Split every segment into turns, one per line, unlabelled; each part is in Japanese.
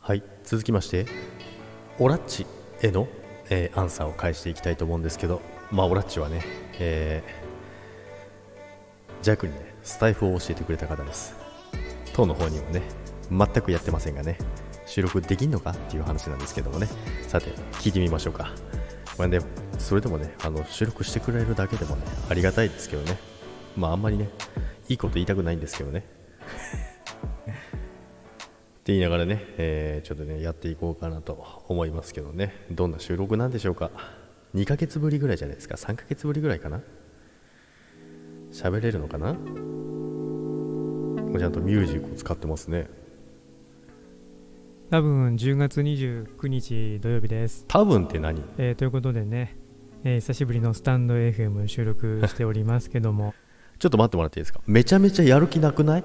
はい続きましてオラッチへの、えーアンサーを返していきたいと思うんですけどまあオラッチはね、えー、ジャックにねスタイフを教えてくれた方です当の方にもね全くやってませんがね収録できんのかっていう話なんですけどもねさて聞いてみましょうかまあでもそれでもねあの収録してくれるだけでもねありがたいですけどねまああんまりねいいこと言いたくないんですけどねって言いながらね、えーちょっとねやっていこうかなと思いますけどねどんな収録なんでしょうか2ヶ月ぶりぐらいじゃないですか3ヶ月ぶりぐらいかな喋れるのかなちゃんとミュージックを使ってますね
多分10月29日土曜日です、
多分って何
えーということでね、えー久しぶりのスタンド FM 収録しておりますけ ども
ちょっと待ってもらっていいですかめちゃめちゃやる気なくない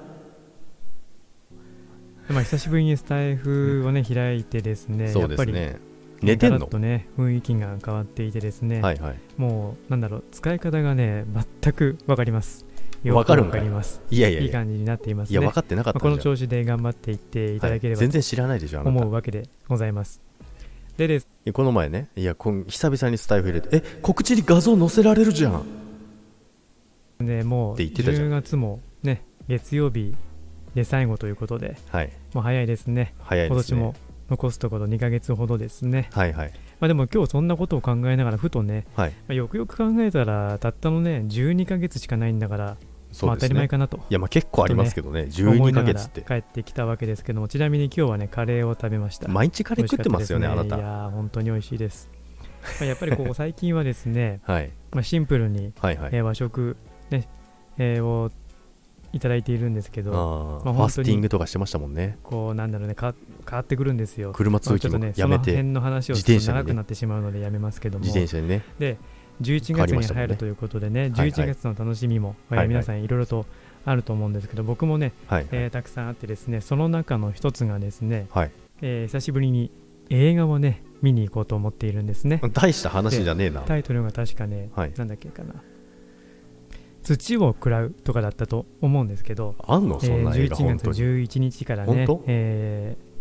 まあ久しぶりにスタイフをね開いてですね
そうです
やっぱ
ね寝てん
ガラ
の
ッとね雰囲気が変わっていてですね、
はいはい
もうなんだろう使い方がね全くわかりますよく
わかるん
わ
か
か
い
ります
いやいや
い
い
い
や
感じになっています
い
ね
や分かってなかっ
ま
た
あこ
ん
の
じゃん
調子で頑張っていっていただけれ
はい
ば
全然知らないでしょあなた
思うわけでございます。でです
でこの前ねいやこん久々にスタイフ入れてえ告知に画像載せられるじゃん
ね、も
っ
う
て言ってたじゃん
10月もね月曜日で最後ということで、
はい
もう早いですね。
早い
今
です
年
ね
も残すところ2ヶ月ほどですね。
はいはい
まあでも今日そんなことを考えながらふとね、
はい
まあ、よくよく考えたらたったのね12ヶ月しかないんだから、ま
そ
あ
う
当
で
た
す
り前
ね
かなと。
いやまあ結構ありますけどね
思い
12
な
ヶ月
がら
って
帰ってきたわけですけどもちなみに今日はねカレーを食べました
毎日カレー食ってますよね
美
あ
味
な
しかったです
た
ねいやー本当に美味しいです、まあ、やっぱりここ最近はですね、
はい
まあ、シンプルに
はいはい
えー和食、ねえーをいただいているんですけ
あ
ど、
ー
まあ
ファスティングとかしてましたもんね
こうなんだろうねか変わってくるんですよ。
車
ま
通
あちょ
勤
っと
も
ね、
やめ
その
て
辺の話を
自
する
転車
と
にね
長くなってしまうのでやめますけども、
自転車にね
11
変わ
月
りま
に
したもんね
入るということでね、
はい
11月の楽しみも、
はいはい
えー皆さんいろいろとあると思うんですけど、僕もね、
はい
えーたくさんあってですね、その中の一つがですね、
はい
えー久しぶりに映画をね、見に行こうと思っているんですね。
大した話じゃねえな
タイトルが確かね、
はい
なんだっけかな土を食らうとかだったと思うんですけど、
あんのそんな
え
映
ー
画
11
本
月
当に
11日からね
本当、
えー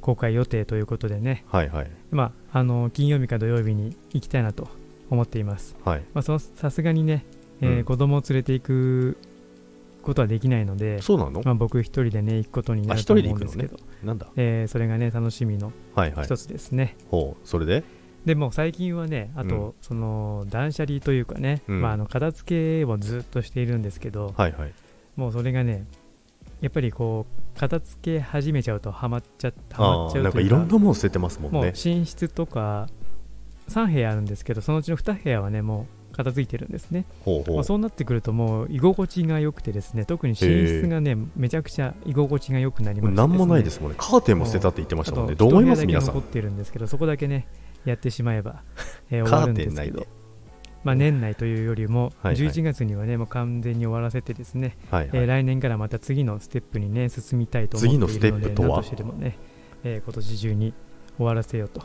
公開予定ということでね、
はいはい
まあ、あの金曜日か土曜日に行きたいなと思っています、
はい
まあ、そのさすがにね、えー
うん
子供を連れて行くことはできないので、
そうなの
まあ、僕一人でね行くことにな
あ
る
一
と
人で
思う
行
ん
く
で
の
すけ
ね
ど、
なんだ
えーそれがね楽しみの
はいはい
一つですね、
ほうそれで
でもう最近はねあと、
うん
その断捨離というかね、
うん
まあ、あの片付けをずっとしているんですけど、
はいはい
もうそれがねやっぱりこう片付け始めちゃうとハマっちゃハマ
あ
っち
ー
ゃ
な
うんと
か
い
いう
か
ろんなもん捨ててますもん
もう
ね
寝室とか3部屋あるんですけどそのうちの2部屋はねもう片付いてるんですね、
ほうほ
ま
う
あ、そうなってくるともう居心地が良くてですね特に寝室がねめちゃくちゃ居心地が良くなりました
なんもないですすもんねカーテンも捨てたって言ってましたもんね
あ
ど
と
う思いま
一
す
部屋
皆
だけ
さ
残っ
ん
てるんですけどそこだけねやってしま えば、えー終
カ
わる
ー
ん
テ
で
ン
す
な
け
い
ど
で、
まあ、年内というよりも
はいはい
11月にはねもう完全に終わらせてですね、
はい
えー
はい
来年からまた次のステップにね進みたいと思っているの
次の
で
ステップとは
なんとしてでもね、えー今年中に終わらせようと、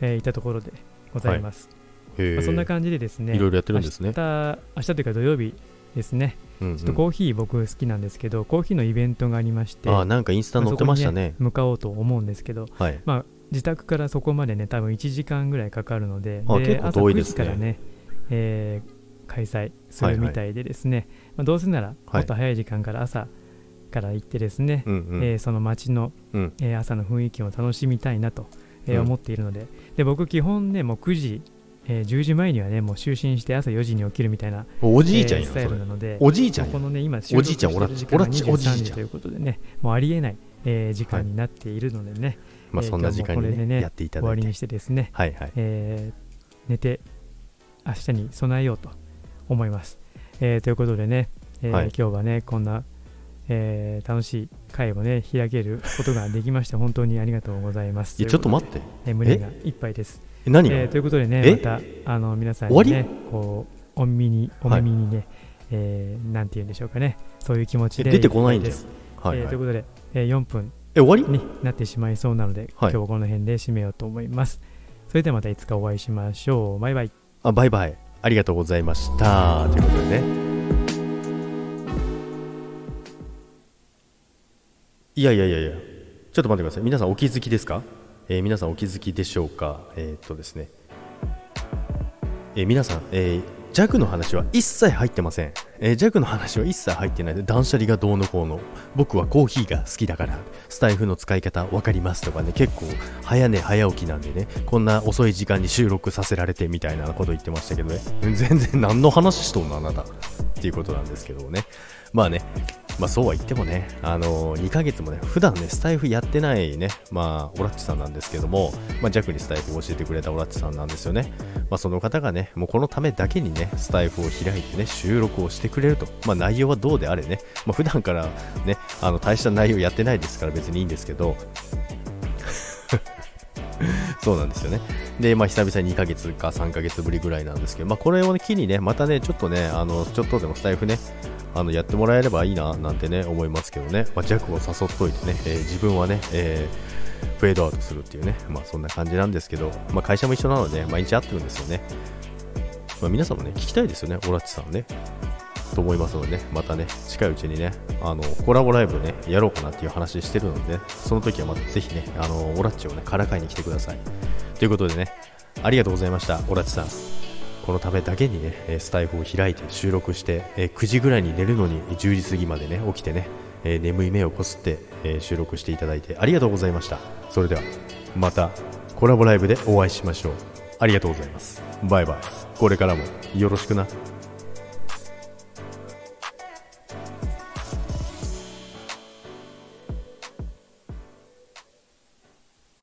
えーいたところでございます、
へ
まあ、そんな
ー
感じでですね
いろいろやってるんですね
明日明日というか土曜日ですね
うんうん
ちょっとコーヒー僕好きなんですけど、コーヒーのイベントがありまして
あーなんかインスタ載ってましたね
向かおうと思うんですけど
はい
自宅からそこまでね多分1時間ぐらいかかるので
あ
で
結構遠いですね
朝9時からね、えー開催するみたいでですね、まあ、どうせならもっと早い時間から朝から行ってですね、
うんうん
えーその街の、
うん
えー朝の雰囲気を楽しみたいなと、えー
うん
思っているのでで僕基本ねもう9時、えー10時前にはねもう就寝して朝4時に起きるみたいな
おじいちゃん
えー
やん
ス
そ
タイ
れ
ルなので
おじいちゃん
こ
やん
のね今収
お
録
じい
し
ちゃ
て
ん
る時間
オラ
が
ッチオラッチおじ
23
いちゃ
時
ん
ということでねもうありえない、えー時間になっているのでね、
まあ
えー
そんな時間
今日もこ
に
れで
ね
ね
やっていた
終
だ
わ
い
り
て
にしてですね、
はいはい
えー寝て明日に備えようと思います。えーということでね、えー
はい
今日はねこんな、えー楽しい会をね開けることができ まして本当にありがとうございます。
いやちょっと
という
待
こ
って
とで、えー胸がいっぱいです。
え何が
えーということでね
え
またあの皆さんに
終わ
ねこうお耳にお耳にね、えーなんて言うんでしょうかねそういう気持ちで
え出てこないんだよ
っぱです
はい
えー
は
と
い
いうことで、えー4分
え終わり
になってしまいそうなので、
はい
今日はこの辺で締めようと思います。それではまたいつかお会いしましょう。バイバイ。
あバイバイありがとうございましたということでねいやいやいやいやちょっと待ってください皆さんお気づきですか、えー皆さんお気づきでしょうかえーっとですね、えー皆さん、えー、ジャクの話は一切入ってません、えー、ジャクの話は一切入ってないで断捨離がどうのこうの僕はコーヒーが好きだからスタイフの使い方わかりますとかね結構早寝早起きなんでねこんな遅い時間に収録させられてみたいなこと言ってましたけどね全然何の話しとんのあなたっていうことなんですけどもねまあねまあそうは言ってもね、あの2ヶ月もね、普段ね、スタイフやってないね、まあ、オラッチさんなんですけども、まあ、弱にスタイフを教えてくれたオラッチさんなんですよね。まあ、その方がね、もうこのためだけにね、スタイフを開いてね、収録をしてくれると。まあ、内容はどうであれね、まあ、普段からね、あの、大した内容やってないですから別にいいんですけど、 そうなんですよね。で、まあ、久々に2ヶ月か3ヶ月ぶりぐらいなんですけど、まあ、これを、ね、機にね、またね、ちょっとね、あの、ちょっとでもスタイフね、あのやってもらえればいいななんてね思いますけどね、まあ、弱を誘っといてね、えー自分はね、えーフェードアウトするっていうね、まあ、そんな感じなんですけど、まあ、会社も一緒なので毎日会ってるんですよね、まあ、皆さんもね聞きたいですよねオラッチさんねと思いますのでねまたね近いうちにねあのコラボライブねやろうかなっていう話してるので、ね、その時はまたぜひねあのオラッチをねからかいに来てくださいということでねありがとうございましたオラッチさんこのためだけにねえースタイフを開いて収録してえー9時ぐらいに寝るのに10時過ぎまでね起きてねえー眠い目をこすってえー収録していただいてありがとうございましたそれではまたコラボライブでお会いしましょうありがとうございますバイバイこれからもよろしくな